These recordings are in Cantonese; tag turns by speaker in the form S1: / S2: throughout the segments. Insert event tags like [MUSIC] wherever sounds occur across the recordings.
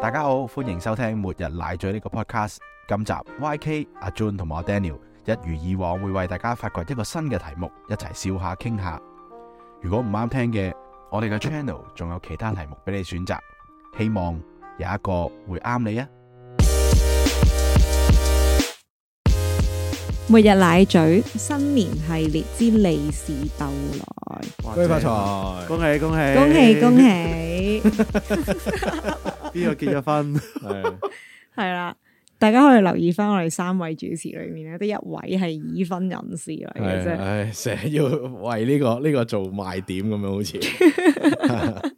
S1: 大家好，歡迎收聽《末日奶嘴》呢個 podcast。今集 YK 阿 Jun 同埋我 Daniel 一如以往會為大家發掘一個新嘅題目，一齊笑下傾下。如果唔啱聽嘅，我哋嘅 channel 仲有其他題目俾你選擇，希望有一個會啱你啊！
S2: 每日奶嘴新年系列之利是到來，
S3: 恭喜發財，
S4: 恭喜恭喜，
S2: 恭喜恭！喜，
S4: 邊個結咗婚？ [LAUGHS]
S2: 係啦，大家可以留意翻我哋三位主持裏面咧，得一位係已婚人士嚟嘅
S3: 係
S2: 啫，
S3: 唉，成日要為呢個呢個做賣點咁樣，好似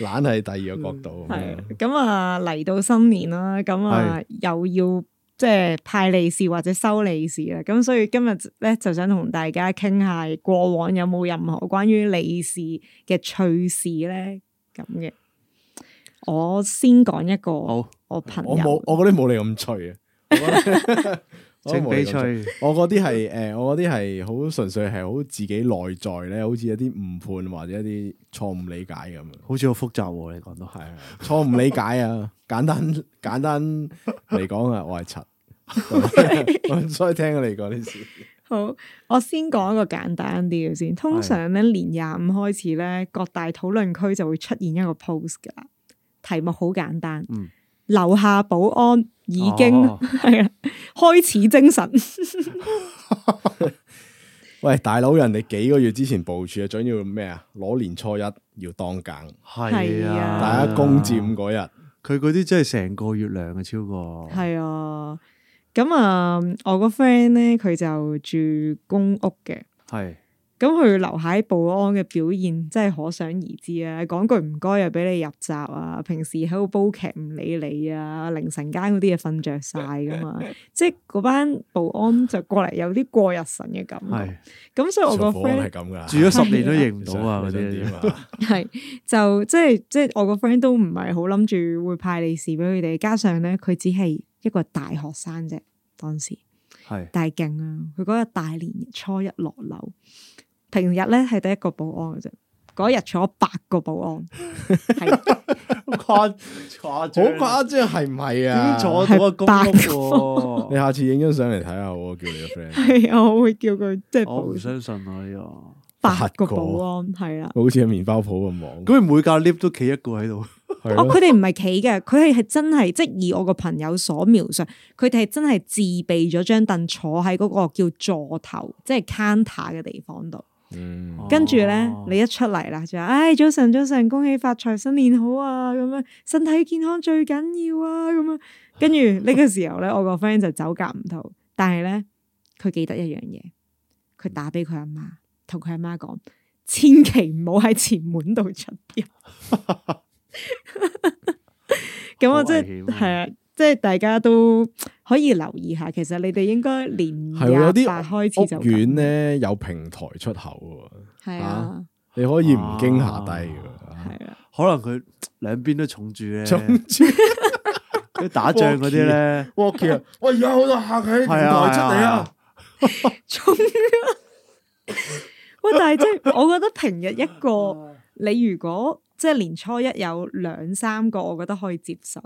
S3: [LAUGHS] 懶係第二個角度嗯咁樣。
S2: 係咁啊嚟到新年啦，咁啊又要即係派利是或者收利是啦，咁所以今日咧就想同大家傾下過往有冇任何關於利是嘅趣事咧咁嘅，我先講一個
S4: 好，
S2: 我朋友。
S3: 我冇，我嗰啲冇你咁脆啊！我覺 [LAUGHS] 得我
S4: 請
S3: 冇
S4: 翡
S3: 你咁脆
S4: 翠，
S3: 我嗰啲係誒，我嗰啲係好純粹係好自己內在咧，好似一啲誤判或者一啲錯誤理解咁樣。
S4: 好似好複雜喎，你講到
S3: 係啊，錯誤理解啊， [LAUGHS] 簡單簡單嚟講啊，我係 [LAUGHS] 柒，我唔所以聽你講啲事。
S2: 好，我先講一個簡單啲嘅先。通常咧，年廿五開始咧，各大討論區就會出現一個 post 噶啦。題目好簡單，
S4: 嗯
S2: 樓下保安已經
S4: 哦
S2: 係啦、 [LAUGHS] 開始精神，
S3: 喂，大佬，人哋幾個月之前部署啊，準要咩啊？攞年初一要當更，
S2: 係
S4: 係
S2: 啊
S4: 啊，
S3: 大家攻佔嗰日，
S4: 佢嗰啲真係成個月糧嘅超過，
S2: [LAUGHS] 係啊。咁啊，我個 friend 咧，佢就住公屋嘅。
S4: 係
S2: 咁佢留喺保安嘅表現真係可想而知啊！講句唔該又俾你入閘啊，平時喺度煲劇唔理你啊，凌晨間嗰啲嘢瞓着晒噶嘛，即係嗰班保安就過嚟有啲過日神嘅感覺。
S4: 係
S2: 咁所以我個
S3: 上火係
S2: friend
S3: 咁噶啦，
S4: 住咗十年都認唔
S3: 你
S4: 到
S3: 想
S4: 啊嗰
S3: 你想點
S4: 啲，
S3: 啊？
S2: 係就即係即係我個 friend 都唔係好諗住會派利是俾佢哋，加上咧佢只係一個大學生啫，當時。
S4: 係
S2: 但係勁啊！佢嗰日大年初一落樓，平日咧係得一個保安嘅啫，嗰日坐八個保安，係
S4: 誇誇
S3: 好誇張係唔係
S4: 點 [LAUGHS]
S3: 啊？
S4: 坐到個公屋喎？
S3: 你下次影張相嚟睇下好啊，叫你個 friend， [LAUGHS]
S2: 係啊，我會叫佢即係
S4: 我唔
S2: 保
S4: 相信啊呢個，
S2: 八個
S3: 八個
S2: 保安係啦。
S3: 好似喺麵包鋪咁望，
S4: 咁每架 lift 都企一個喺度，
S3: 係
S2: 哦，
S3: 咯
S2: 佢哋唔係企嘅，佢係係真係，即係以我個朋友所描述，佢哋係真係自備咗張凳坐喺嗰個叫座頭，即係 counter 嘅地方度。
S3: 嗯
S2: 跟住咧
S4: 哦，
S2: 你一出嚟啦，就話：，唉，早晨，早晨，恭喜發財，新年好啊！咁樣，身體健康最緊要啊！咁樣，跟住呢個時候咧，我個 friend 就走夾唔到，但係咧，佢記得一樣嘢，佢打俾佢阿媽，同佢阿媽講：，千祈唔好喺前門度出入。咁我即
S4: 好危
S2: 係
S4: 險啊
S2: 係啊，即係大家都可以留意下，其實你哋應該年
S3: 係喎有
S2: 廿八開始就
S3: 啲屋苑咧有平台出口喎，
S2: 係啊，
S3: 你可以唔經下低嘅。啊
S2: 係啊，
S4: 可能佢兩邊都重住咧，
S3: [LAUGHS] 總
S4: 佢
S3: 之
S4: 打仗嗰啲咧。 [LAUGHS]
S3: ，walkie 啊，喂，而家好多客喺平
S4: 係啊
S3: 台出嚟
S4: 係
S3: 啊
S4: 啊！
S2: 衝啊！喂，但係即係，我覺得平日一個，你如果即係年初一有兩三個，我覺得可以接受。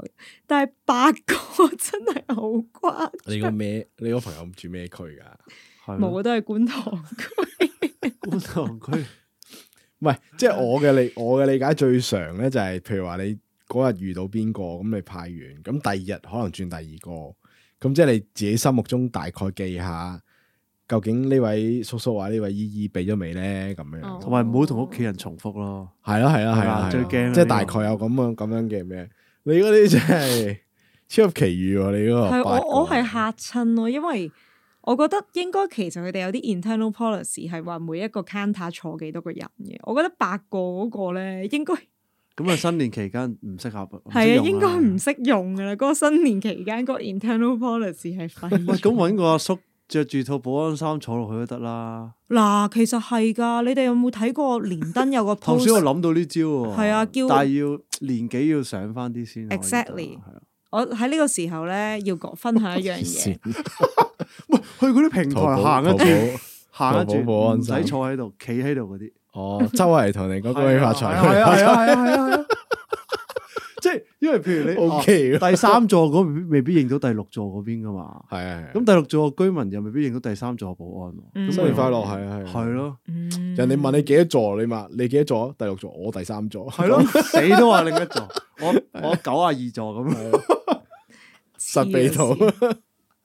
S2: 但係八個真係好誇
S3: 你個咩？你個朋友住咩區噶？
S2: [LAUGHS]
S4: 係
S2: 冇
S4: 咯
S2: 啊，都係觀塘區。
S4: 觀塘區
S3: 唔係，即係我嘅理， [LAUGHS] 我嘅理解最常咧就係、譬如話你嗰日遇到邊個，咁你派完，咁第二日可能轉第二個，咁即係你自己心目中大概記下，究竟呢位叔叔或呢位姨姨俾咗未咧？咁樣，
S2: 哦
S4: 同埋唔好同屋企人重複咯。
S3: 係啦係啦係
S4: 係
S3: 啦，
S4: 啊
S3: 係
S4: 最
S3: 啦
S4: 驚啊
S3: 即係
S4: 呢
S3: 大
S4: 個
S3: 概有咁樣咁樣嘅咩？你嗰啲真係超級奇遇喎！你嗰個
S2: 係
S3: 八個
S2: 我我係嚇親咯，因為我覺得應該其實佢哋有啲 internal policy 係話每一個 counter 坐幾多個人嘅。我覺得八個嗰個咧應該
S4: 咁啊，新年期間唔適合，唔適
S2: 係啊，
S4: 用
S2: 應該唔識用噶啦。嗰、個新年期間，嗰個 internal policy 係廢
S4: 喂，
S2: 咗。
S4: 咁揾個阿叔着住套保安衫坐落去都得啦。
S2: 嗱，其實係㗎，你哋有冇睇過連登有個
S4: 頭先我
S2: post？
S4: 諗到呢招喎，
S2: 係啊叫
S4: 但係要年紀要上翻啲先可以得。
S2: Exactly
S4: 係啊
S2: 我喺呢個時候咧，要講分享一樣
S3: [LAUGHS]
S2: 嘢，
S4: 喂，去嗰啲平
S3: 淘
S4: 台
S3: 寶
S4: 行一轉，行一
S3: 淘寶淘寶保
S4: 轉，
S3: 安
S4: 唔
S3: 衫
S4: 使坐喺度，企喺度嗰啲。
S3: 哦，周圍同你講恭喜發財，
S4: 啊
S3: [LAUGHS]
S4: 係啊係啊係啊係啊係啊！即係因因為譬如你
S3: O K
S4: 哦第三座嗰未必未必認到第六座嗰邊噶嘛。
S3: 系啊，
S4: 咁第六座嘅居民又未必認到第三座嘅保安喎。
S2: 嗯
S4: 咁
S3: 新年快樂
S4: 樂
S3: 係啊係啊
S4: 係咯，
S3: 人哋問你幾多座，你話你幾多座？第六座，我第三座，
S4: 係咯，死都話另一
S3: [LAUGHS]
S4: 座，我我九啊二座咁。
S2: [LAUGHS]
S3: 實鼻圖
S2: 黐線，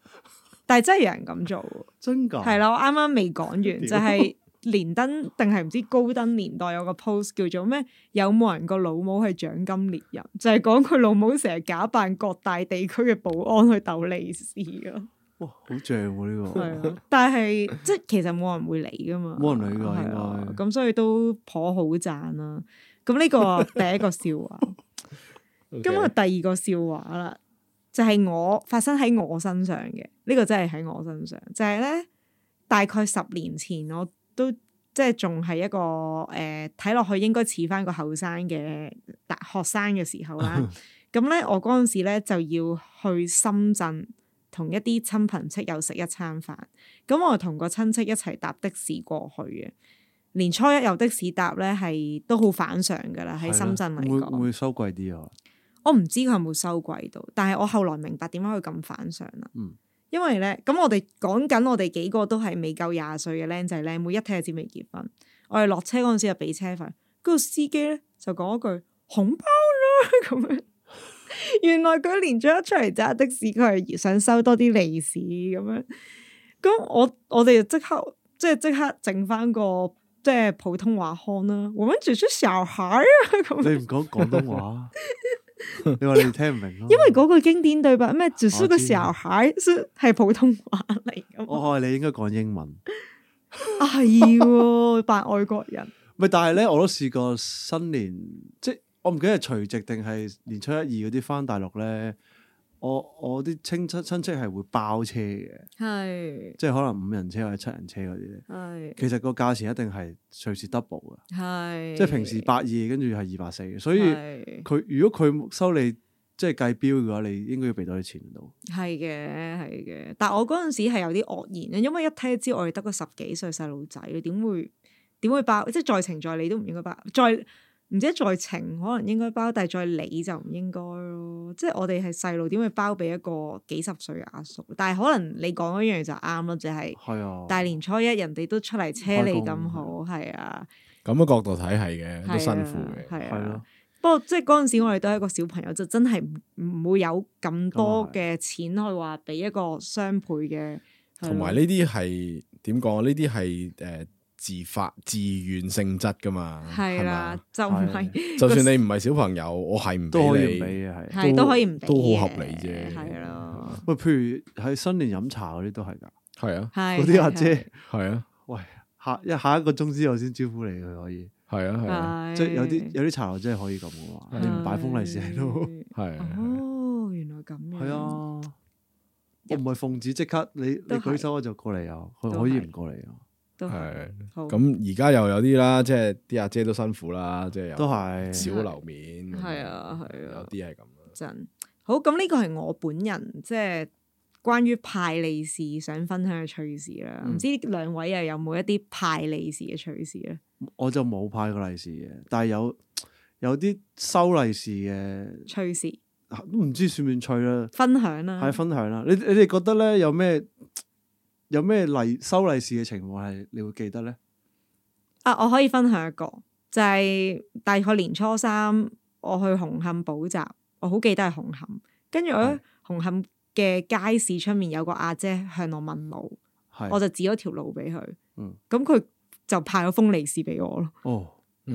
S2: [LAUGHS] 但係真係有人咁做喎。
S4: 真
S3: 啊
S4: 㗎？
S2: 係啦，我啱啱未講完，就係連登定係唔知高登年代有個 post 叫做咩？有冇人個老母係獎金獵人？就係講佢老母成日假扮各大地區嘅保安去鬥利是咯。
S4: 哇，好正喎呢個！ [LAUGHS]
S2: 係啊，但係即係其實冇人會理噶嘛，
S4: 冇人理㗎
S2: 係啊
S4: 應該
S2: 咁所以都頗好賺啦。咁呢
S4: [LAUGHS]
S2: 個第一個笑話。咁啊，
S3: 日
S2: 第二個笑話啦，就係、我發生喺我身上嘅，呢、個真係喺我身上，就係、呢，咧大概十年前我都即係仲係一個誒睇落去應該似翻個後生嘅大學生嘅時候
S4: [LAUGHS]
S2: 啦。咁咧我嗰陣時咧就要去深圳同一啲親朋戚友食一餐飯，咁我同個親戚一齊搭的士過去嘅。年初一有的士搭咧，係都好反常噶啦，喺深圳嚟
S4: 係
S2: 講
S4: 咯會。會收貴啲啊？
S2: 我唔知佢有冇收貴到，但係我後來明白點解佢咁反常啦。
S4: 嗯
S2: 因為咧，咁我哋講緊我哋幾個都係未夠廿歲嘅僆仔僆妹，一睇就知未結婚。我哋落車嗰陣時就俾車費，跟住司機咧就講一句紅包啦 [LAUGHS] 咁樣。原來佢連咗一出嚟揸的士，佢係想收多啲利是咁樣。咁我我哋就即刻即係即刻整翻個即係普通話腔啦。我們只是小孩啊咁樣
S4: 你。唔講廣
S2: [LAUGHS]
S4: 東話，你話你聽唔明咯？啊
S2: 因為嗰句經典對白咩，只是個
S4: 哦我知
S2: 小孩，是係普通話嚟噶嘛？
S4: 我愛哦你應該講英文。
S2: 啊係 [LAUGHS] 喎，扮外國人，
S4: 咪但係咧，我都試過新年，即係我唔記得係除夕定係年初一二嗰啲翻大陸咧，我我啲親戚親戚係會包車嘅，
S2: 係
S4: 即係可能五人車或者七人車嗰啲咧。
S2: 係
S4: 其實個價錢一定係隨時 double 嘅，
S2: 係，
S4: 即係平時百二，跟住係二百四，所以佢如果佢收你即係計標嘅話，你應該要俾多啲錢到。
S2: 係嘅係嘅，但我嗰陣時係有啲愕然，因為一聽知我哋得個十幾歲細路仔，你點會點會包？即係在情在理都唔應該包，在唔知在情可能應該包，但係在理就唔應該咯。即係我哋係細路，點會包俾一個幾十歲嘅阿叔？但係可能你講一樣就啱咯，就係、
S4: 係啊，
S2: 大年初一人哋都出嚟車你咁好，
S4: 開
S2: 係啊，
S3: 咁嘅角度睇係嘅，
S2: 係啊
S3: 都辛苦嘅。
S2: 係
S4: 係咯
S2: 啊。，不過即係嗰陣時，我哋都係一個小朋友，就真係唔唔會有咁多嘅錢去話俾一個雙倍嘅，係咯啊
S3: 同埋呢啲係點講？啊呢啲係诶自發自願性質噶嘛，
S2: 係啦
S3: 嘛，
S2: 就唔係
S3: 就算你唔係小朋友，我係唔
S4: 都可以
S3: 俾
S4: 唔
S3: 你。
S4: 俾嘅係。
S2: 係都可以唔俾嘅
S3: 都好合理啫
S2: 係咯，
S4: 喂，譬如喺新年飲茶嗰啲都係㗎，
S3: 係啊，
S2: 係
S4: 嗰啲阿
S2: 係
S4: 姐
S3: 係啊，
S4: 下一下一個鐘之後先招呼你，佢可以。
S3: 係啊，係啊，
S2: 係
S4: 即係有啲有啲茶樓真係可以咁嘅
S2: 嗯
S4: 嘛，你唔擺封利是喺度，
S3: 係啊。
S2: 哦，原來咁樣，
S4: 係啊，我唔係奉旨即刻你你
S2: 都係
S4: 舉手我就過嚟啊，佢
S2: 都係
S4: 可以唔過嚟啊，
S2: 都係
S3: 係
S2: 好
S3: 咁而家又有啲啦，即係啲阿姐都辛苦啦，即係
S4: 都
S3: 又
S4: 係
S3: 少留面。
S2: 係啊係啊
S3: 有啲係咁啦。
S2: 真好，咁呢個係我本人即係關於派利是想分享嘅趣事啦。唔、
S4: 嗯
S2: 知兩位又有冇一啲派利是嘅趣事咧？
S4: 我就冇派過利是嘅，但係有有啲收利是嘅
S2: 趣事
S4: 啊都唔知算唔算趣啦，
S2: 分享啦，
S4: 係分享啦。你你哋覺得咧有咩有咩利收利是嘅情況係你會記得咧？
S2: 啊，我可以分享一個，就係、大概年初三我去紅磡補習，我好記得係紅磡，跟住我喺紅磡嘅街市出面有個阿姐向我問路，我
S4: 係
S2: 就指咗條路俾佢，
S4: 嗯
S2: 咁佢、就派咗封利是俾我咯。
S4: 哦，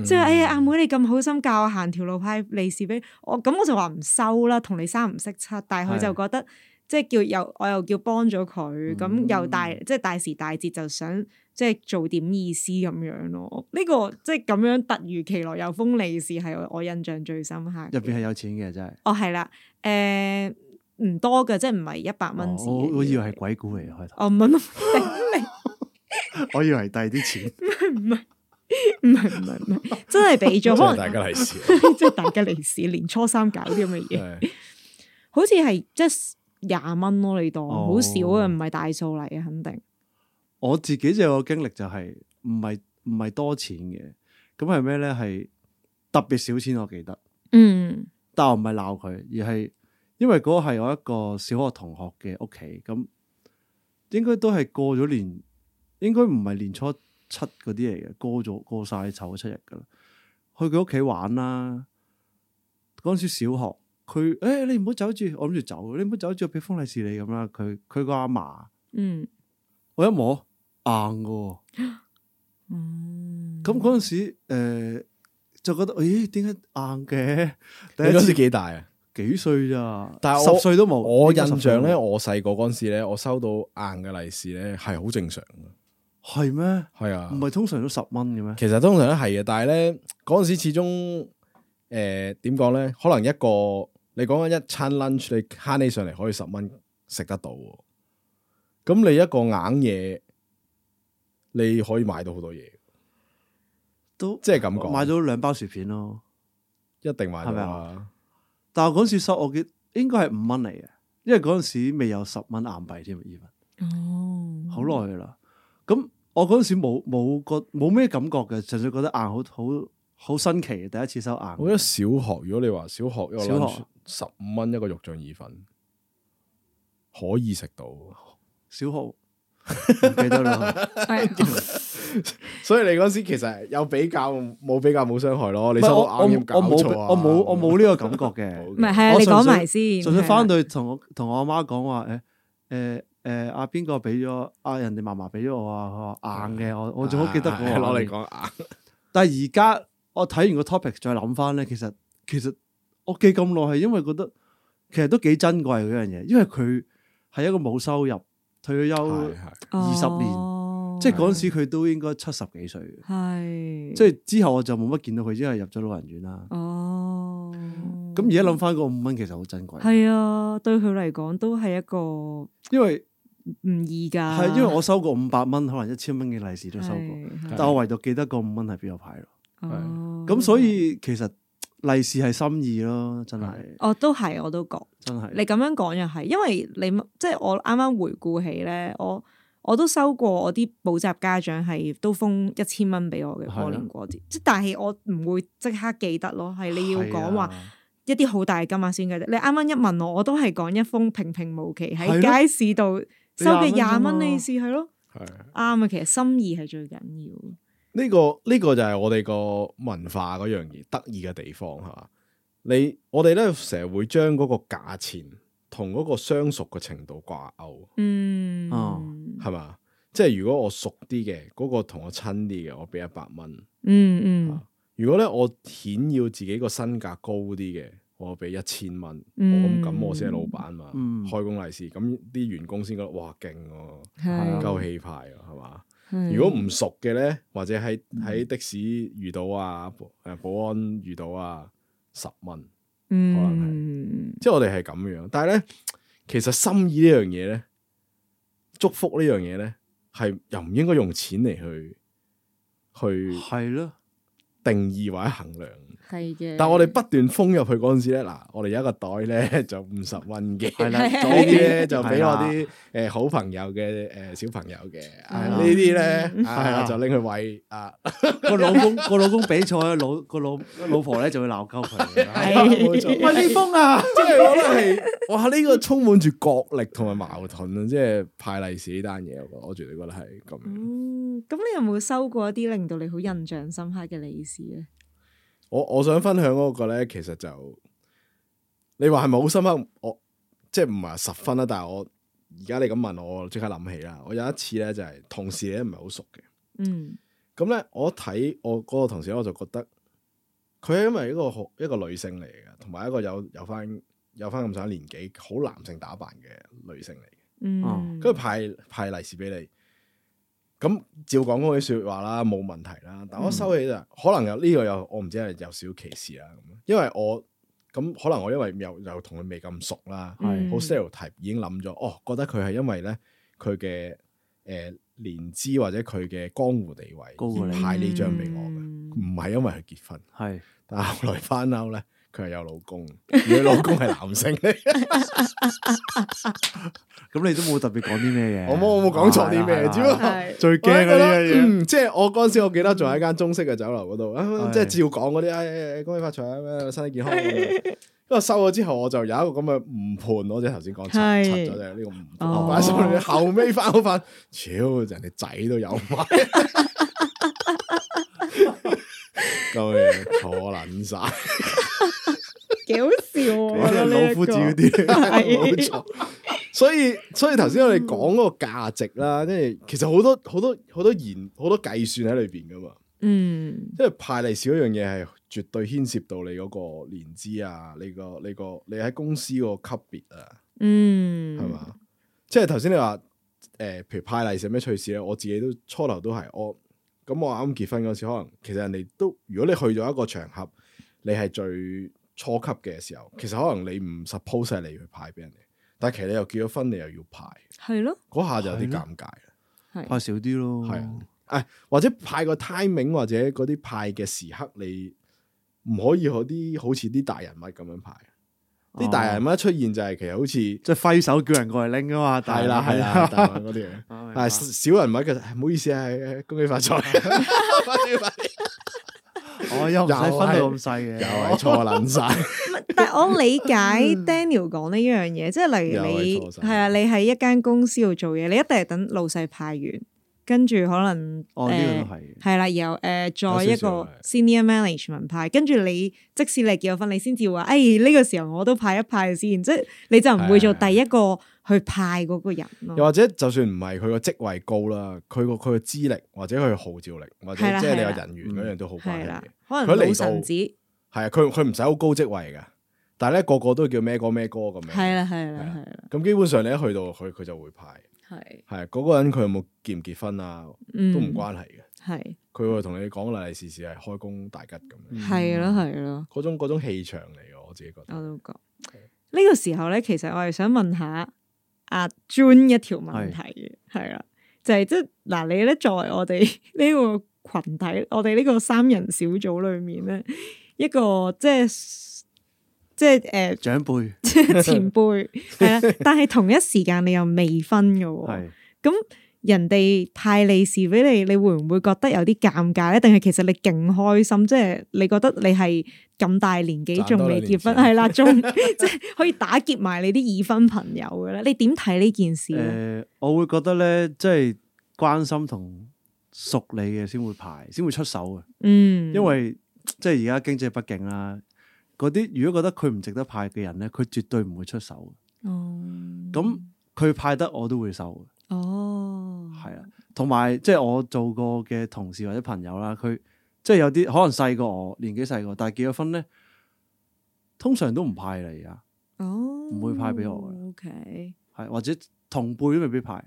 S2: 即係哎呀，阿
S3: 嗯
S2: 妹你咁好心教我行條路派利是俾我，咁我就話唔收啦，同你三唔識七，但係佢
S4: 係
S2: 就覺得即係叫又我又叫幫咗佢，咁、
S4: 嗯
S2: 又大即係大時大節就想即係做點意思咁樣咯。呢、個即係咁樣突如其來有封利是係我印象最深刻嘅。
S4: 入邊係有錢嘅真係，
S2: 哦係啦，誒、唔多嘅，即係唔係一百蚊
S4: 哦
S2: 紙嘅
S4: 我
S2: 嘢
S4: 我以為係鬼故嚟嘅開頭， [LAUGHS]
S2: 哦唔係唔係
S4: 我以為係遞啲錢。
S2: 唔係唔係唔係，真係
S4: [LAUGHS]
S2: 俾咗，
S3: 即
S2: 可
S3: 係
S2: 能
S3: 大家利是。
S2: [LAUGHS] 即係大家利是，年初三搞啲咁嘅嘢。
S3: 係
S2: 好似係即係廿蚊咯，你當
S4: 哦
S2: 好少啊，唔係大數嚟啊，肯定
S4: 我自己就有個經歷就係唔係唔係多錢嘅，咁係咩咧？係特別少錢，我記得。
S2: 嗯
S4: 但我唔係鬧佢，而係因為嗰個係我一個小學同學嘅屋企，咁應該都係過咗年，應該唔係年初七嗰啲嚟嘅，過咗過晒頭七日噶啦。去佢屋企玩啦，嗰陣時小學，佢誒、欸你唔好走住，我諗住走，你唔好走住，我俾封利是你咁啦。佢佢個阿嫲，
S2: 嗯，
S4: 我一摸硬嘅喎。
S2: 嗯
S4: 咁嗰陣時，呃就覺得，咦，點解硬嘅？第
S3: 你
S4: 一
S3: 嗰時
S4: 次
S3: 幾大啊？
S4: 幾歲咋？
S3: 但係我
S4: 十歲都冇。
S3: 我
S4: 應該
S3: 印
S4: 哦十歲
S3: 象
S4: 都
S3: 咧，
S4: 冇
S3: 我細個嗰阵时咧，我收到硬嘅利是咧，係好正常嘅。
S4: 係咩？
S3: 係啊，
S4: 唔係通常都十蚊嘅咩？
S3: 其實通常都係嘅，但係咧嗰阵时始終呃诶点讲咧，可能一個你講緊一餐 lunch，你慳起上嚟可以十蚊食得到喎，咁你一個硬嘢，你可以買到好多嘢，
S4: 都
S3: 即係咁講
S4: 買咗兩包薯片咯。
S3: 一定買到啊
S4: 係咪啊
S3: 啦。
S4: 但係我嗰陣時收我嘅應該係五蚊嚟嘅，因為嗰陣時未有十蚊硬幣添，二蚊
S2: 哦，
S4: 好耐噶啦。咁我嗰陣時冇冇覺冇咩感覺嘅，純粹覺得硬好好好新奇，第一次收
S3: 我
S4: 硬
S3: 覺。得小學如果你話小學一個
S4: 小
S3: lunch
S4: 學
S3: 十五蚊一個肉醬意粉，可以食到。
S4: 小學唔記得啦。 [LAUGHS]
S3: 所以你嗰時其實有比較冇比較冇傷害 [LAUGHS] 咯。你
S4: 唔係
S3: 收
S4: 我
S3: 到硬
S4: 我
S3: 有冇搞
S4: 我冇
S3: 錯啊
S4: 我冇我冇呢個感覺
S3: [LAUGHS] 好
S4: 嘅。
S2: 唔係係啊，
S4: 我
S2: 你
S4: 純粹
S2: 講埋先，
S4: 純
S2: 係
S4: 粹翻
S2: 啦
S4: 到去同我同我阿媽講話，誒誒誒，阿邊個俾咗啊？人哋嫲嫲俾咗我啊，佢話硬嘅，我我仲好記得嗰
S3: 啊
S4: 個
S3: 攞
S4: 硬嘅。
S3: 嚟講啊，
S4: 但係而家我睇完個 topic 再諗翻咧，其實其實我記咁耐係因為覺得其實都幾珍貴嗰樣嘢，因為佢係一個冇收入退咗休
S3: 係，係
S4: 二十年
S2: 哦
S4: 即係嗰陣時佢都應該七十幾歲嘅，
S2: 係
S4: 即係之後我就冇乜見到佢，因為入咗老人院啦。
S2: 哦，
S4: 咁而家諗翻嗰五蚊其實好珍貴，
S2: 係啊，對佢嚟講都係一個唔
S4: 因為
S2: 易㗎，
S4: 係因為我收過五百蚊，可能一千蚊嘅利是都收過，
S2: 啊係
S4: 但我唯獨記得個五蚊係邊個牌咯。
S2: 哦
S4: 咁所以其實利是係心意咯，真係
S2: 哦都係我都覺。
S4: 真係
S2: 你咁樣講又係，因為你即係我啱啱回顧起咧，我我都收過我啲補習家長係都封一千蚊俾我嘅
S4: 係啊
S2: 過年過節，即係但係我唔會即刻記得咯，係你要講
S4: 係
S2: 話
S4: 啊
S2: 一啲好大嘅金額先嘅啫。你啱啱一問我，我都係講一封平平無奇
S4: 係
S2: 喺
S4: 咯
S2: 街市度收嘅
S4: 你廿
S2: 廿
S4: 蚊啫
S2: 蚊
S4: 嘛
S2: 利是係咯，
S3: 係
S2: 啱啊！其實心意係最緊要。
S3: 呢個呢個就係我哋個文化嗰樣嘢得意嘅地方係嘛？你我哋咧成日會將嗰個價錢同嗰個相熟嘅程度掛鈎。
S2: 嗯，
S4: 哦
S3: 係嘛？即係如果我熟啲嘅，嗰、個同我親啲嘅，我俾一百蚊。
S2: 嗯
S4: 啊
S2: 嗯
S3: 如果咧我顯要自己個身價高啲嘅，我俾一千蚊。
S2: 嗯
S3: 我咁我先係老闆嘛，
S4: 嗯
S3: 開工利是，咁啲員工先覺得哇勁喎、
S4: 嗯
S2: 係
S3: 夠氣派啊，係嘛？
S2: 係
S3: 如果唔熟嘅咧，或者喺
S4: 嗯
S3: 喺的士遇到啊，誒保安遇到啊，十蚊。
S2: 嗯
S3: 即係我哋係咁樣，但係咧，其實心意呢樣嘢咧，祝福呢樣嘢咧，係又唔應該用錢嚟去去
S4: 係咯，
S3: 定義或者衡量。
S2: 係嘅，
S3: 但係我哋不斷封入去嗰陣時咧，嗱，我哋有一個袋咧 [LAUGHS] 就五十蚊嘅，
S4: 係啦，早
S3: 早啲
S4: 啲
S3: 咧就 [LAUGHS] 俾我
S4: 係啊
S3: 啲誒好朋友嘅誒小朋友嘅，啊
S2: 係啦
S3: 呢啲咧
S4: 係
S3: 啊
S4: 啦
S3: 就拎去喂啊，
S4: 個老公個老公比賽，老個老老婆咧就會鬧鳩佢。
S3: 啊冇錯。
S4: [LAUGHS] 喂呢封啊，
S3: [LAUGHS] 即係我覺得係，哇！呢、個充滿住角力同埋矛盾啊！即係派利是呢單嘢，我我絕對覺得係咁樣。
S2: 哦，咁你有冇收過一啲令到你好印象深刻嘅利是咧？
S3: 我我想分享嗰個咧，其實就你話係咪好深刻？我即係唔係話十分啦，但係我而家你咁問我，我即刻諗起啦。我有一次咧就係、同事咧唔係好熟嘅，
S2: 嗯
S3: 咁咧我睇我嗰個同事呢我就覺得佢係因為一個好一個女性嚟嘅，同埋一個有有翻有翻咁上下年紀好男性打扮嘅女性嚟。
S2: 嗯，
S3: 跟住派派利是俾你。咁照講嗰啲说話啦，冇問題啦。但
S4: 嗯
S3: 我收起就、可能有呢、個有我唔知係有少歧視啦。啊咁因為我咁可能我因為又又同佢未咁熟啦，好、
S2: 嗯
S3: stereotype 已經諗咗，哦，覺得佢係因為咧佢嘅诶年資或者佢嘅江湖地位
S4: 高過
S3: 而
S4: 你嗯
S3: 派呢張俾我嘅，
S2: 嘅，
S3: 唔係因為佢結婚。
S4: 係
S3: 但係後來翻嬲咧，佢係有老公，而佢老公係男性咧。
S4: 咁你都冇特別講啲咩嘅。
S3: 我冇我冇講錯啲
S4: 係
S3: 咩，
S4: 啦
S3: 只不
S4: 係啦
S3: 過
S2: 係
S3: 最驚嗰
S4: 我都覺
S3: 啲
S4: 得
S3: 嘢。嗯，即係我嗰陣時，我記得仲喺間中式嘅酒樓嗰度，啊
S4: 係
S3: 哎即係照講嗰啲，哎哎哎恭喜發財啊，咩身體健康咁樣。因為收咗之後，我就有一個咁嘅誤判咯，即係頭先講拆
S2: 係
S3: 拆咗啫，呢個誤判。
S2: 哦
S3: 我擺心裏面後尾翻好翻， [LAUGHS] 超人哋仔都有 [LAUGHS] 買，夠嘢坐撚晒，
S2: 幾好笑
S4: [LAUGHS]
S2: 啊！我覺得呢一
S4: 老
S2: 個
S4: 夫子
S2: [LAUGHS]
S4: 嗰啲，
S3: 冇錯。所以所以頭先我哋講嗰個價值啦，即係其實好多好多好多言好多計算喺裏邊噶嘛。
S2: 嗯，
S3: 因為派利是嗰樣嘢係絕對牽涉到你嗰個年資啊，你個你個你喺公司個級別啊，
S2: 嗯，
S3: 係嘛？？即係頭先你話誒、呃譬如派利是有咩趣事咧，我自己都初頭都係我咁我啱結婚嗰時，可能其實人哋都如果你去咗一個場合，你係最初級嘅時候，其實可能你唔 suppose 係你去派俾人哋，但係其實你又結咗婚，你又要派，
S2: 係咯，
S3: 嗰下就有啲
S4: 係咯
S3: 尷尬。
S4: 派少啲咯，
S3: 係啊或者派個 timing 或者嗰啲派嘅時刻，你唔可以嗰啲好似啲大人物咁樣派。啲、大人
S4: 哦
S3: 物一出現就係其實好似
S4: 即係揮手叫人過嚟拎啊嘛，
S3: 係啦係啦大
S4: [LAUGHS]
S3: 人 [LAUGHS] 物嗰啲嘢，但係
S4: 係
S3: 小人物其實唔好意思係 [LAUGHS] 恭喜發
S2: [LAUGHS]
S3: 財，
S4: 我又唔使分到咁
S3: 又
S4: 細嘅，
S3: 係錯撚晒。
S2: [LAUGHS] 但係我理
S4: [LAUGHS]
S2: 解 Daniel 講呢樣嘢，即係例如
S3: 又係
S2: 你
S3: 錯晒
S2: 係啊，你喺一間公司度做嘢，你一定係等老細派完，跟住可能
S4: 哦呢個
S2: 誒
S4: 都係
S2: 係啦，然後誒、呃再一
S3: 少少
S2: 個 senior management 派，跟住你即使你結咗婚，你先至話，誒呢個時候我都派一派先，即係你就唔會做
S3: 係係
S2: 第一個去派嗰個人
S3: 又
S2: 咯。
S3: 或者就算唔係佢個職位高啦，佢個佢個資歷或者佢嘅號召力或
S2: 係
S3: 者
S2: 啦
S3: 即係你
S2: 係
S3: 個
S2: 啦
S3: 人緣嗰樣都好關
S2: 係
S3: 係
S2: 啦
S3: 嘅。，
S2: 可能
S3: 佢嚟
S2: 老
S3: 到
S2: 臣子係
S3: 係啊，佢佢唔使好高職位噶，但係咧個個都叫咩哥咩哥咁樣。
S2: 啦係啦係啦
S3: 咁基本上你一去到佢佢就會派，
S2: 係，
S3: 係啊嗰、個人佢有冇結唔結婚啊，
S2: 嗯
S3: 都唔關係嘅。
S2: 係
S3: 佢會同你講利利是是係開工大吉咁樣，
S2: 係咯係咯。
S3: 嗰種嗰種氣場嚟嘅，我自己覺
S2: 我
S3: 得。
S2: 都覺呢個時候咧，其實我係想問下阿 Jun 一條問題嘅，係啦，就係即係嗱，你咧作為我哋 [LAUGHS] 呢個群體，我哋呢個三人小組裏面咧，一個即係即係誒
S4: 長輩
S2: 即係前輩係啦，但係同一時間你又未婚嘅喎，
S4: 係
S2: 咁人哋派利是俾你，你會唔會覺得有啲尷尬咧？定係其實你勁開心，即係你覺得你係咁大年紀
S3: 賺
S2: 仲
S3: 多兩
S2: 未
S3: 年
S2: 結婚，
S3: 錢
S2: 係
S4: [LAUGHS]
S2: 啦，仲 [LAUGHS] 即係可以打劫埋你啲已婚朋友嘅咧？你點睇呢件事咧？
S4: 誒，我會覺得咧，即係關心同熟你嘅先會排，先會出手嘅。
S2: 嗯，
S4: 因為即係而家經濟不景啦，嗰啲如果覺得佢唔值得派嘅人咧，佢絕對唔會出手。
S2: 哦，
S4: 咁佢派得我都會收
S2: 哦
S4: 嘅，，係啊。同埋即係我做過嘅同事或者朋友啦，佢即係有啲可能細過我，年紀細過，但係結咗婚咧，通常都唔派嚟啊，
S2: 哦，
S4: 唔會派俾我嘅
S2: O K，
S4: 係或者同輩都未必派，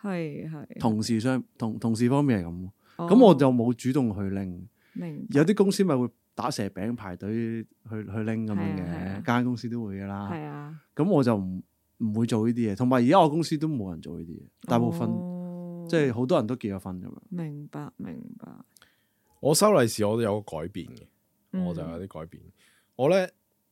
S2: 係係
S4: 同事上同同事方面係咁。
S2: 咁
S4: 咁我就冇主動去拎，
S2: 明
S4: 有啲公司咪會打蛇餅排隊去去拎咁樣
S2: 係啊係啊
S4: 嘅，間公司都會噶啦。
S2: 係啊，
S4: 咁我就唔唔會做呢啲嘢，同埋而家我公司都冇人做呢啲嘢，大部分、
S2: 哦
S4: 即係好多人都結咗婚咁樣。
S2: 明白明白，
S3: 我收利是我都有個改變嘅，我就
S2: 嗯
S3: 有啲改變。我咧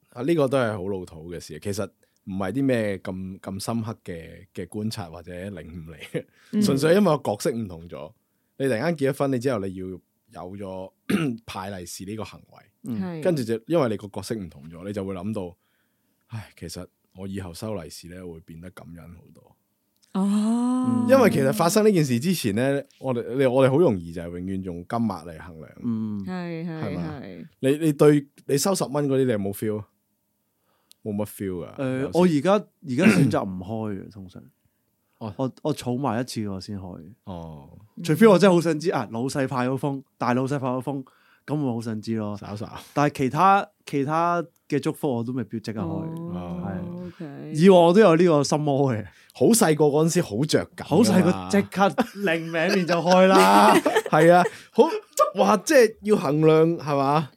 S3: 啊呢、個都係好老土嘅事，其實唔係啲咩咁咁深刻嘅嘅觀察或者領悟嚟嘅，
S2: 嗯
S3: 純粹因為個角色唔同咗。你突然間結咗婚，你之後你要有咗 [CLEARS THROAT] 派利是呢個行為。
S4: 嗯，
S2: 係
S3: 跟住就因為你個角色唔同咗，你就會諗到，唉，其實我以後收利是咧會變得感恩好多。
S2: 哦，
S3: 因為其實發生呢件事之前咧，我哋你我哋好容易就係永遠用金額嚟衡量。
S4: 嗯，
S2: 係
S3: 係啊
S2: 係
S3: 嘛
S2: 係，
S3: 你你對你收十蚊嗰啲，你有冇 feel？啊？冇乜 feel 噶。
S4: 誒、
S3: 有時
S4: 我而家而家選擇唔
S2: [COUGHS]
S4: 開嘅，通常。
S3: 哦
S4: 我我儲埋一次我先開
S2: 嗯
S4: 嘅，
S3: 哦，
S4: 除非我真係好想知啊，老細派咗風，大老細派咗風，咁我好想知咯。
S3: 稍稍
S4: 但係其他其他嘅祝福我都未必即刻開。
S2: 哦
S3: 哦
S2: ，OK，
S4: 以往我都有呢個心魔嘅，
S3: 好細個嗰陣時好啊着緊㗎嘛，
S4: 好細個即刻另名面就開啦，
S3: 係 [LAUGHS] 啊，好哇，即係要衡量係嘛，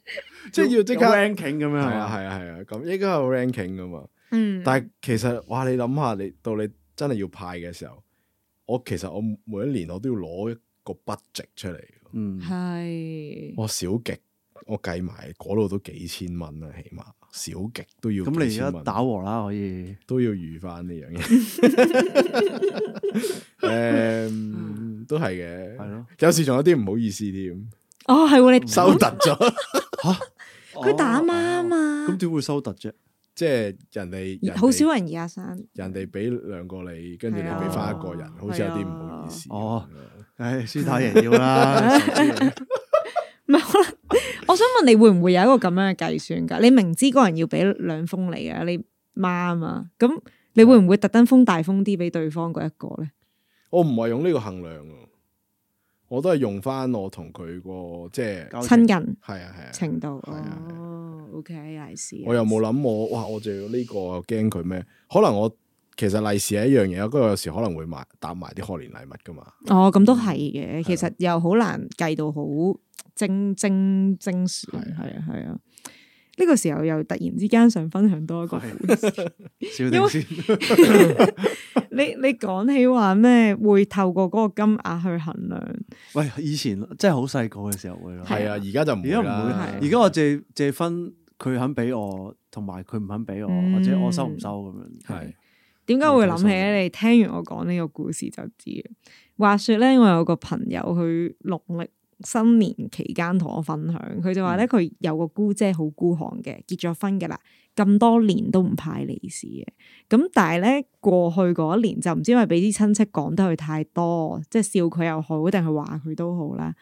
S3: 即係要即刻
S4: 有
S3: 係
S4: ranking 咁樣
S3: 啊係啊係啊，咁應該有 ranking 噶嘛。
S2: 嗯，
S3: 但係其實哇，你諗下，你到你真係要派嘅時候，我其實我每一年我都要攞一個 budget 出嚟，
S4: 嗯，
S2: 係
S3: 我少極我計埋嗰度都幾千蚊啦，起碼少極都要
S4: 咁
S3: 幾
S4: 你而
S3: 千
S4: 家
S3: 蚊
S4: 打和啦，可以
S3: 都要預翻呢樣嘢。誒、
S2: 啊嗯
S3: 都係嘅，
S4: 係咯。
S3: 有時仲有啲唔好意思添，嗯
S2: 哦，係喎，你
S3: 收突咗。 [LAUGHS] 哦
S2: 佢打孖啊嘛，
S4: 哦咁點點會收突啫？
S3: 即係人哋人哋
S2: 好少人二啊三，
S3: 人哋俾兩個你，跟住你
S2: 係啊
S3: 俾翻一個人，好似有啲唔好意思。
S4: 哦，唉，舒太贏要
S2: [LAUGHS]
S4: 啦，
S2: 唔係可能。我想問你會唔會有一個咁樣嘅計算㗎？你明知嗰個人要俾兩封你啊，你孖啊嘛，咁你會唔會特登封大封啲俾對方嗰一個咧？
S3: 我唔係用呢個衡量啊，我都係用翻我同佢個即係
S4: 交
S2: 親近
S3: 係啊係啊，
S2: 程度
S3: 係啊係
S2: 哦，OK，I see。
S3: 我又冇諗我哇，我就要呢個我驚佢咩？可能我其實利是係一樣嘢，不過有時可能會買搭埋啲賀年禮物噶嘛。
S2: 哦，咁都係嘅，其實又好難計到好精精精選，
S3: 係
S2: 係啊係啊。呢個時候又突然之間想分享多一個
S4: 係
S2: 故事。
S4: 笑定先。
S2: 你你講起話咩會透過嗰個金額去衡量？
S4: [LAUGHS] 喂，以前真係好細個嘅時候會咯，
S3: 係啊，而家就唔
S4: 而
S3: 會
S4: 家唔
S3: 啦。
S2: 係
S4: 會，而家我借借分，佢肯俾我，同埋佢唔肯俾我，
S2: 嗯
S4: 或者我收唔收咁樣。
S3: 係
S2: 點解會諗起咧？你聽完我講呢個故事就知嘅。話說咧，我有個朋友去農曆新年期間同我分享，佢就話咧，佢有個姑姐好孤寒嘅，結咗婚嘅啦，咁多年都唔派利是嘅。咁但係咧，過去嗰一年就唔知因為俾啲親戚講得佢太多，即係笑佢又好，定係話佢都好啦。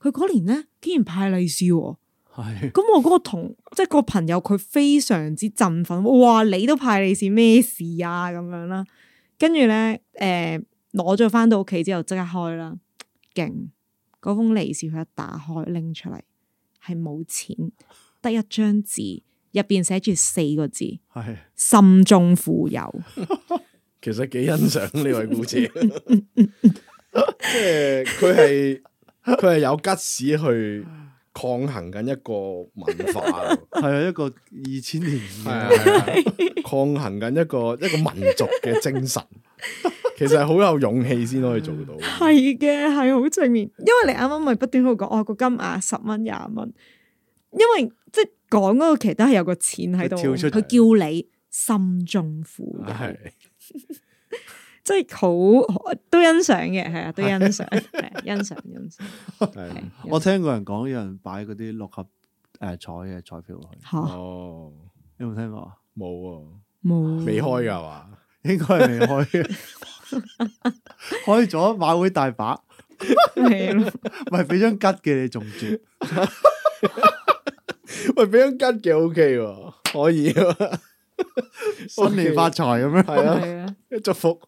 S2: 佢嗰年咧竟然派利是喎。
S4: 係
S2: 咁我嗰個同即係個朋友，佢非常之振奮，哇！你都派利是咩事啊？咁樣啦，跟住咧，誒攞咗翻到屋企之後即刻開啦，勁！嗰封利是佢一打開拎出嚟，係冇錢，得一張紙，入邊寫住四個字：
S4: 係
S2: 心中富有。
S3: 其實幾欣賞呢位姑姐，即係佢係佢係有吉士去抗衡緊一個文化喎。
S4: 係啊，一個二千年
S3: 係
S4: 嘅
S3: 啊，係啊抗衡緊一個一個民族嘅精神，其實係好有勇氣先可以做到。
S2: 係嘅，係好正面，因為你啱啱咪不斷喺度講，哦個金額十蚊廿蚊，因為即係講嗰個其實都係有個錢喺度，
S4: 佢跳出嚟
S2: 佢叫你心中富有，
S3: 係
S2: 即係好都欣賞嘅，係啊，都欣賞，係啊欣賞欣賞。
S3: 係
S4: 我聽過人講，有人擺嗰啲六合誒彩嘅彩票落去，
S2: 吓
S3: 哦，
S4: 有冇聽過 [LAUGHS] 啊？
S3: 冇啊，
S2: 冇
S3: 未開噶嘛？
S4: 應該係未開 [LAUGHS] 嘅，開咗馬會大把，
S2: 係咯，
S4: 咪俾張吉嘅你中住，
S3: 喂，俾張吉嘅 OK 喎，可以啊，
S4: 新年
S3: [LAUGHS]
S4: 發財咁樣，
S3: 係啊，
S2: 係啊，
S3: 祝福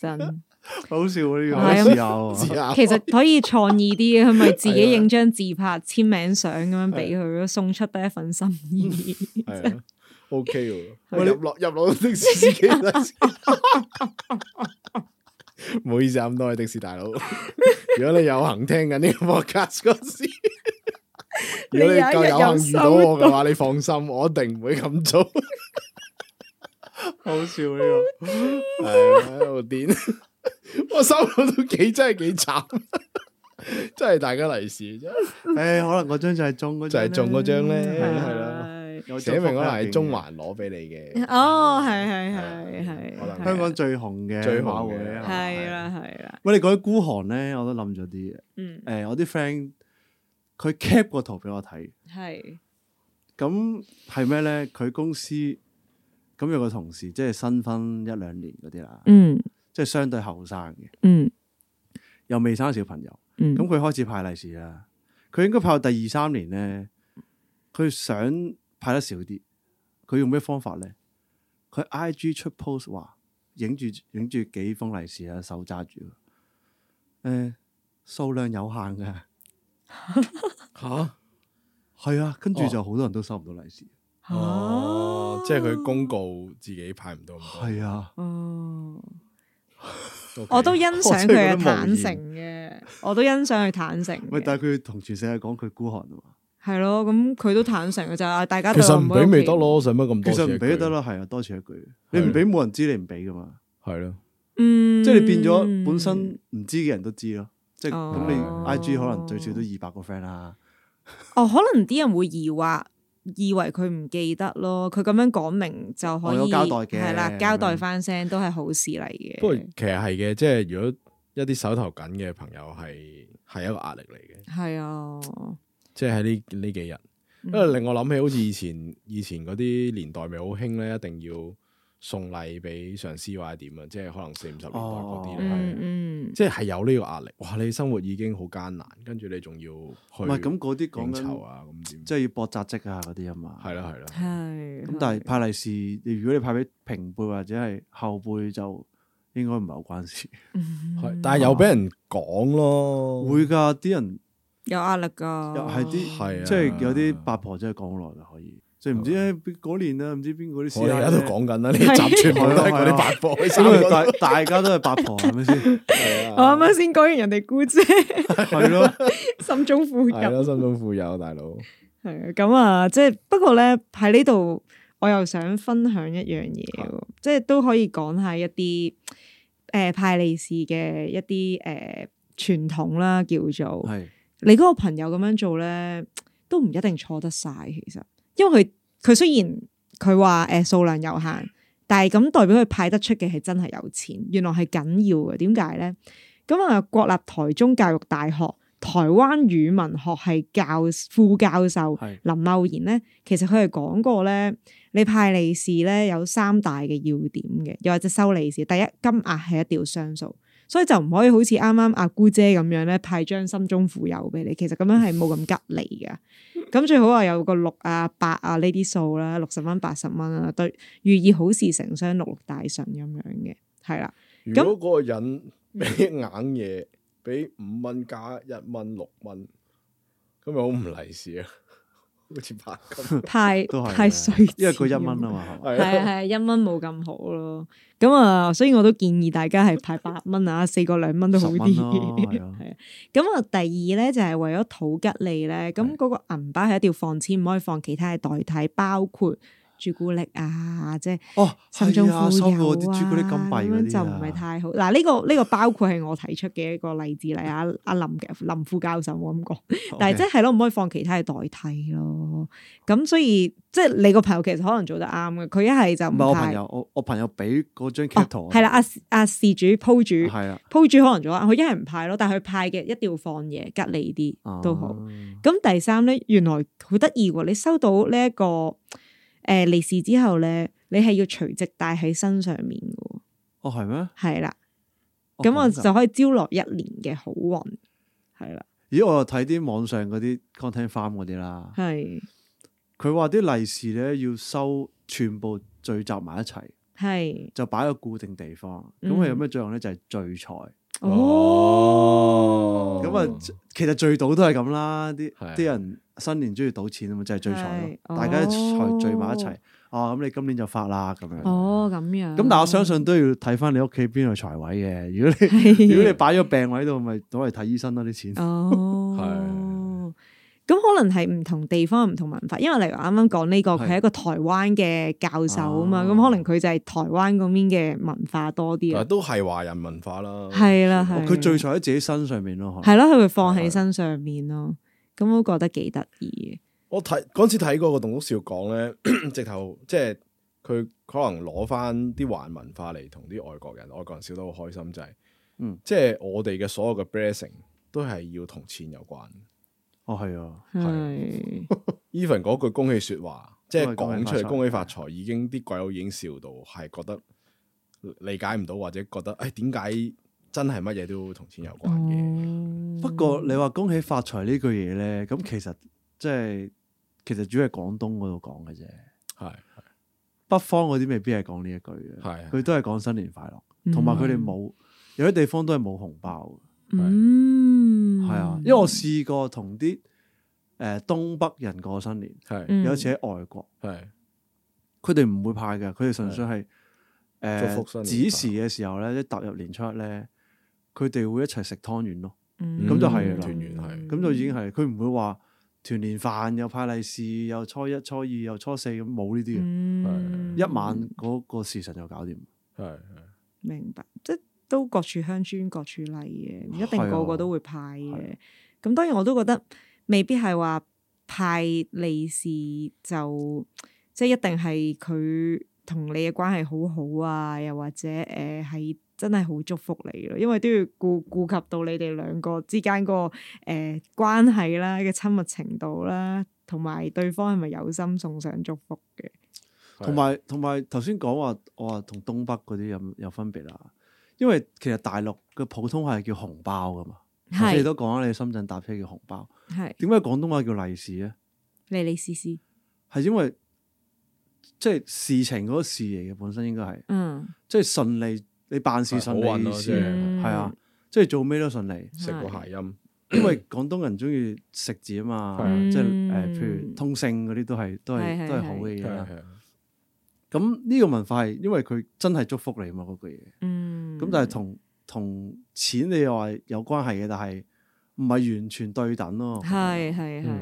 S2: 真。
S4: 好笑喎
S2: 係啊
S4: 呢個，試下
S3: [LAUGHS]
S4: 喎
S3: 試下。
S2: 其實可以創意啲嘅，佢咪自己影張自拍、簽名相咁樣俾佢咯，送出得一份心意。
S3: 係啊，OK 喎，
S2: 係
S3: 喂入落入落的士司機 [LAUGHS] 啦先唔好意思啊，咁多位的士大佬， [LAUGHS] 如果你有幸聽緊呢個 podcast 嗰 [LAUGHS] 時，如果你夠有幸遇到我嘅話，你放心，我一定唔會咁做。 [LAUGHS]
S4: 好笑呢個。
S3: 係啊喺度癲， [LAUGHS] 我收到都幾真係幾慘，真係大家利是啫，
S4: 诶，可能嗰張就係中嗰
S3: 就
S4: 張
S3: 係
S4: 咧
S3: 中嗰張咧，係啊啦，
S2: 啦。
S4: 有
S3: 寫明可能係中環攞俾你 [LAUGHS] 嘅，
S2: 哦，係係係啊係，
S3: 可能
S4: 香港最紅嘅
S3: 最紅嘅
S4: 馬會啊嘛
S2: 係啦係啦，
S4: 喂，你講起孤寒咧，我都諗咗啲嘢。
S2: 嗯
S4: 诶、我啲 friend 佢 cap 個圖俾我睇，
S2: 係
S4: 咁係咩咧？佢公司咁有個同事，即係新婚一兩年嗰啲啦，
S2: 嗯
S4: 即係相對後生嘅，
S2: 嗯
S4: 又未生小朋友。
S2: 嗯
S4: 咁佢開始派利是啦。佢應該派到第二三年咧，佢想派得少啲。佢用咩方法咧？佢 I G 出 post 話影住影住幾封利是啊，手揸住。誒、數量有限嘅，
S3: 吓，
S4: 係啊。跟住就好多人都收唔到利是。
S3: 哦，即係佢公告自己派唔到咁多，
S4: 係啊，
S2: 哦，
S3: OK
S2: 我都欣
S4: 啊
S2: 賞佢嘅坦誠嘅，我都欣賞佢坦誠
S4: 喂，
S2: 嘅，
S4: 但係佢同全世界講佢孤寒啊嘛，
S2: 係咯，咁佢都坦誠嘅就係大家
S3: 其
S2: 對
S3: 實
S2: 我
S3: 唔
S2: 好
S3: 俾
S2: 有
S3: 咪
S2: 期
S3: 得
S2: 望，
S3: 咯，使乜咁
S4: 其
S3: 多？
S4: 實唔俾都得，啦，係啊，多此一舉。你
S3: 係啊
S4: 唔俾冇人知，你唔俾噶嘛。
S3: 係咯，
S2: 嗯，
S4: 即係你變咗本身唔知嘅人都知咯。即係
S2: 哦
S4: 咁你 I G 可能最少都二百個 friend 啊啦。
S2: 哦，可能啲人會疑惑。以為佢唔記得咯，佢咁樣講明就可
S4: 我有
S2: 以
S4: 交代嘅
S2: 係啦，交代
S4: 咁樣
S2: 翻聲都係好事嚟嘅。
S3: 不過其實係嘅，即係如果一啲手頭緊嘅朋友係係一個壓力嚟嘅，
S2: 係啊，
S3: 即係喺呢呢幾日。
S2: 嗯
S3: 因為令我諗起好似以前以前嗰啲年代咪好興咧，一定要送禮俾上司或者點啊，即係可能四五十年代嗰啲咧，
S2: 嗯嗯，
S3: 即係有呢個壓力。哇！你生活已經好艱難，跟住你仲要去
S4: 唔係咁嗰啲講
S3: 應酬
S4: 緊，
S3: 啊，咁點？
S4: 即係要搏扎職啊嗰啲啊嘛。
S3: 係啦係啦，
S2: 係。
S4: 咁但係派利是，你如果你派俾平輩或者係後輩，就應該唔係好關事。
S3: 係但係
S2: 嗯
S3: 又俾人講咯，
S4: 嗯會㗎，啲人
S2: 有壓力噶，
S4: 又係啲
S3: 係啊
S4: 即係有啲八婆真係講耐㗎，可以即係唔知誒邊嗰年啊啦，唔知邊個啲師
S3: 我哋
S4: 奶
S3: 而家都
S4: 咧
S3: 講緊啦，呢集全部都係嗰啲八婆，
S4: 啊咁啊大大家都係八婆係咪先？
S3: [LAUGHS]
S2: 我啱啱先講完人哋姑姐，
S4: 係咯，
S2: [LAUGHS] 心中富
S3: 係
S2: 有。
S3: 咯，心中富有大佬，
S2: 係啊，咁啊，即係不過咧喺呢度，我又想分享一樣嘢喎，即係都可以講下一啲誒、呃派利是嘅一啲誒、呃、傳統啦，叫做
S4: 係
S2: 你嗰個朋友咁樣做咧，都唔一定錯得晒。其實，因為佢佢雖然佢話誒數量有限，但係咁代表佢派得出嘅係真係有錢，原來係緊要嘅。點解咧？咁啊，國立台中教育大學台灣語文學系教副教授
S4: 係
S2: 林茂賢咧，其實佢係講過咧，你派利是咧有三大嘅要點嘅，又或者收利是，第一金額係一定要雙數，所以就唔可以好似啱啱阿姑姐咁樣咧派張心中富有俾你，其實咁樣係冇咁吉利噶。咁最好啊有個六啊八啊呢啲數啦，六十蚊八十蚊啊，對，寓意好事成雙，六六大順咁樣嘅，係啦。
S3: 如果嗰個人俾硬嘢，俾五蚊加一蚊六蚊，咁咪好唔利是啊？ [LAUGHS] 好似白金，
S2: 派
S4: 都係
S2: 派
S4: 嘅
S2: 水錢，
S4: 因為佢一蚊啊嘛，係嘛
S3: 係
S2: 係啊，係
S3: 啊，
S2: 啊，一蚊冇咁好咯。咁啊，所以我都建議大家係派八蚊啊，四個兩蚊都好啲。
S4: 10蚊咯係啊
S2: [LAUGHS] 係啊，咁啊，第二咧就係為咗討吉利咧，咁嗰個銀包係一定要放錢，唔可以放其他嘅代替，包括朱古力啊，即係
S4: 哦，
S2: 心中
S4: 係
S2: 富
S4: 啊，收過啲
S2: 有啊，
S4: 朱古力金幣
S2: 咁
S4: 嗰
S2: 樣
S4: 啲
S2: 就
S4: 啊
S2: 唔係太好。嗱，呢個呢個包括係我提出嘅一個例子嚟啊，阿林嘅林副教授冇咁講。但係即
S4: OK
S2: 係咯，唔可以放其他嘅代替咯。咁所以即係你個朋友其實可能做得啱嘅，佢一係就
S4: 唔係
S2: 唔
S4: 我朋
S2: 派。
S4: 友，我我朋友俾嗰張 cap 圖
S2: 哦
S4: 我，
S2: 係啦，阿阿事主鋪主
S4: 係啊，
S2: 鋪主可能做得啱，佢一係唔派咯，但係佢派嘅一定要放嘢吉利啲都好。
S4: 哦
S2: 咁第三咧，原來好得意喎！你收到呢、一個誒、呃利是之後咧，你係要隨即帶喺身上面嘅
S4: 哦係咩？
S2: 喎，係啦。
S4: 哦
S2: 咁我
S4: 㗎
S2: 就可以招來一年嘅好運，係啦，
S4: 咦，我又睇啲網上嗰啲 content farm 嗰啲啦，
S2: 係
S4: 佢話啲利是咧要收全部聚集埋一齊，
S2: 係
S4: 就擺喺個固定地方。咁
S2: 嗯
S4: 佢有咩作用咧？就係聚財。哦
S2: 哦
S4: 咁啊，其實聚賭都係咁啦，啲
S3: 係啊
S4: 啲人新年中意賭錢啊嘛，就係聚財
S2: 係
S4: 咯。大家一齊
S2: 哦
S4: 聚埋一齊，哦，咁你今年就發啦咁樣。咁
S2: 哦，咁樣。
S4: 但係我相信都要睇翻你屋企邊個財位嘅。 [LAUGHS] 如果你
S2: [LAUGHS] 係
S4: 如果你擺咗病位度，咪攞嚟睇醫生咯啲錢。
S2: 哦，咁可能係唔同地方有唔同文化，因為例如啱啱講呢個，
S4: 係
S2: 佢係一個台灣嘅教授啊嘛，
S4: 哦
S2: 咁可能佢就係台灣嗰邊嘅文化多啲
S3: 但
S2: 啊，
S3: 係都係華人文化啦。
S2: 係啦係。
S4: 啊哦佢聚財喺自己身上面咯，可能
S2: 係咯，佢會放喺身上面咯，咁我覺得幾得意
S3: 我睇嗰陣時睇過個棟篤笑講咧， [CLEARS THROAT] 直頭即係佢可能攞翻啲華人文化嚟同啲外國人，外國人笑得好開心就係、
S4: 嗯
S3: 即係我哋嘅所有嘅 blessing 都係要同錢有關。
S4: 哦係啊，
S2: 嘅，係
S3: even 嗰句恭喜说話，即係
S4: 恭喜發
S3: 講出嚟
S4: 財
S3: 恭喜發財，已經啲鬼佬已經笑到係覺得理解唔到，或者覺得誒點解真係乜嘢都同錢有關
S4: 嗯
S3: 嘅？
S2: 哦
S4: 不過你話恭喜發財呢句嘢咧，咁其實即係其實主要係廣東嗰度講嘅啫，
S3: 係
S4: 北方嗰啲未必係講呢一句嘅，
S3: 係
S4: 佢都係講新年快樂，同埋佢
S2: 嗯
S4: 哋冇有啲地方都係冇紅包嘅，
S2: 嗯，
S4: 係啊，因為我試過同啲誒東北人過新年，
S3: 係
S2: 嗯
S4: 有一次喺外國，
S3: 係
S4: 佢哋唔會派嘅，佢哋純粹係
S3: 祝福
S4: 誒
S3: 新年
S4: 子時嘅時候咧，一踏入年初一咧，佢哋會一齊食湯圓咯。
S2: 嗯
S4: 咁就係啦
S3: 團圓係
S4: 咁就已經係佢唔會話團年飯又派利是，又初一、初二、又初四咁冇呢啲嘅，
S2: 嗯
S4: 一晚嗰個時辰就搞掂。
S3: 係
S2: 明白，即係都各處鄉村各處例嘅，唔一定個個都會派
S4: 啊係啊
S2: 嘅。咁當然我都覺得未必係話派利是就即係一定係佢同你嘅關係好好啊，又或者誒係、真係好祝福你咯，因為都要顧顧及到你哋兩個之間個誒、呃、關係啦嘅親密程度啦。同埋對方係咪有心送上祝福嘅？
S4: 同埋同埋頭先講話，我話同東北嗰啲有有分別啦。因為其實大陸嘅普通話係叫紅包噶嘛，頭先你
S2: 係
S4: 都講啦，你深圳搭車叫紅包，
S2: 係
S4: 點解廣東話叫利是咧？
S2: 你你試試，
S4: 係因為即係事情嗰個事嚟嘅，本身應該係
S2: 嗯，
S4: 即係順利，你辦事順
S3: 係好運
S4: 利
S3: 咯
S4: 意思
S3: 即係
S2: 嗯
S4: 係啊，，即係做咩都順利，
S3: 食個諧音，
S4: 因為廣東人中意食字啊嘛，
S3: 嗯
S4: 即係誒、譬如通勝嗰啲都係都
S2: 係
S4: 係
S2: 係
S4: 都係啊好嘅嘢啦。
S3: 係
S4: 咁呢個文化係因為佢真係祝福你嘛嗰句嘢，
S2: 嗯，
S4: 咁但係同同錢你又話有關係嘅，但係唔係完全對等咯。
S2: 係係係係係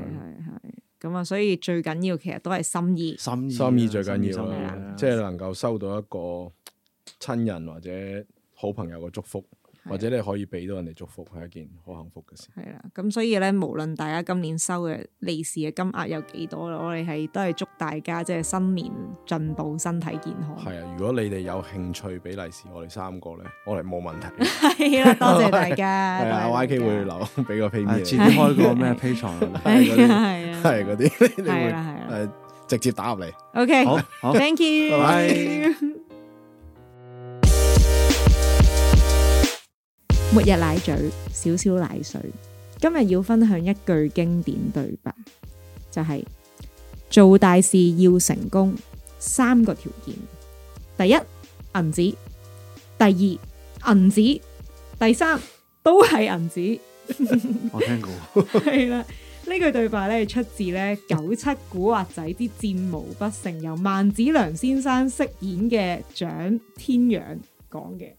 S2: 咁啊，所以最緊要其實都係心意，
S4: 心意啊
S3: 心意最緊要
S4: 心意
S3: 啦
S4: 啊，
S3: 即係能夠收到一個親人或者好朋友嘅祝福，或者你可以俾到人哋祝福，係一件好幸福嘅事。
S2: 係啦。咁所以咧，無論大家今年收嘅利是嘅金額有幾多啦，我哋係都係祝大家即係新年進步，身體健康。
S3: 係啊，如果你哋有興趣俾利是，我哋三個咧，我哋冇問題。
S2: 係啦，多謝大家。
S3: [LAUGHS] 係啊
S2: 多謝大
S3: ，YK
S2: 家
S3: 會留俾個 pay
S4: 係啊
S3: me
S4: 遲
S3: 你
S4: 啲開
S2: [LAUGHS]
S4: 個咩 p a t r o
S3: 係
S2: 係
S3: 嗰啲，
S2: 啊係啊
S3: 係嗰啲，你
S2: 係啊
S3: 會
S2: 啦係啦
S3: 誒直接打入嚟。
S2: OK，
S4: 好好
S2: Thank you，
S4: 拜拜
S2: [LAUGHS] 末日奶嘴，少少奶水。今日要分享一句經典對白，就係、做大事要成功，三個條件：第一，銀紙；第二，銀紙；第三，都係銀紙。
S4: 我聽過。
S2: 系啦，呢句對白咧出自咧九七古惑仔之戰無不勝，由萬梓良先生飾演嘅蔣天養講嘅。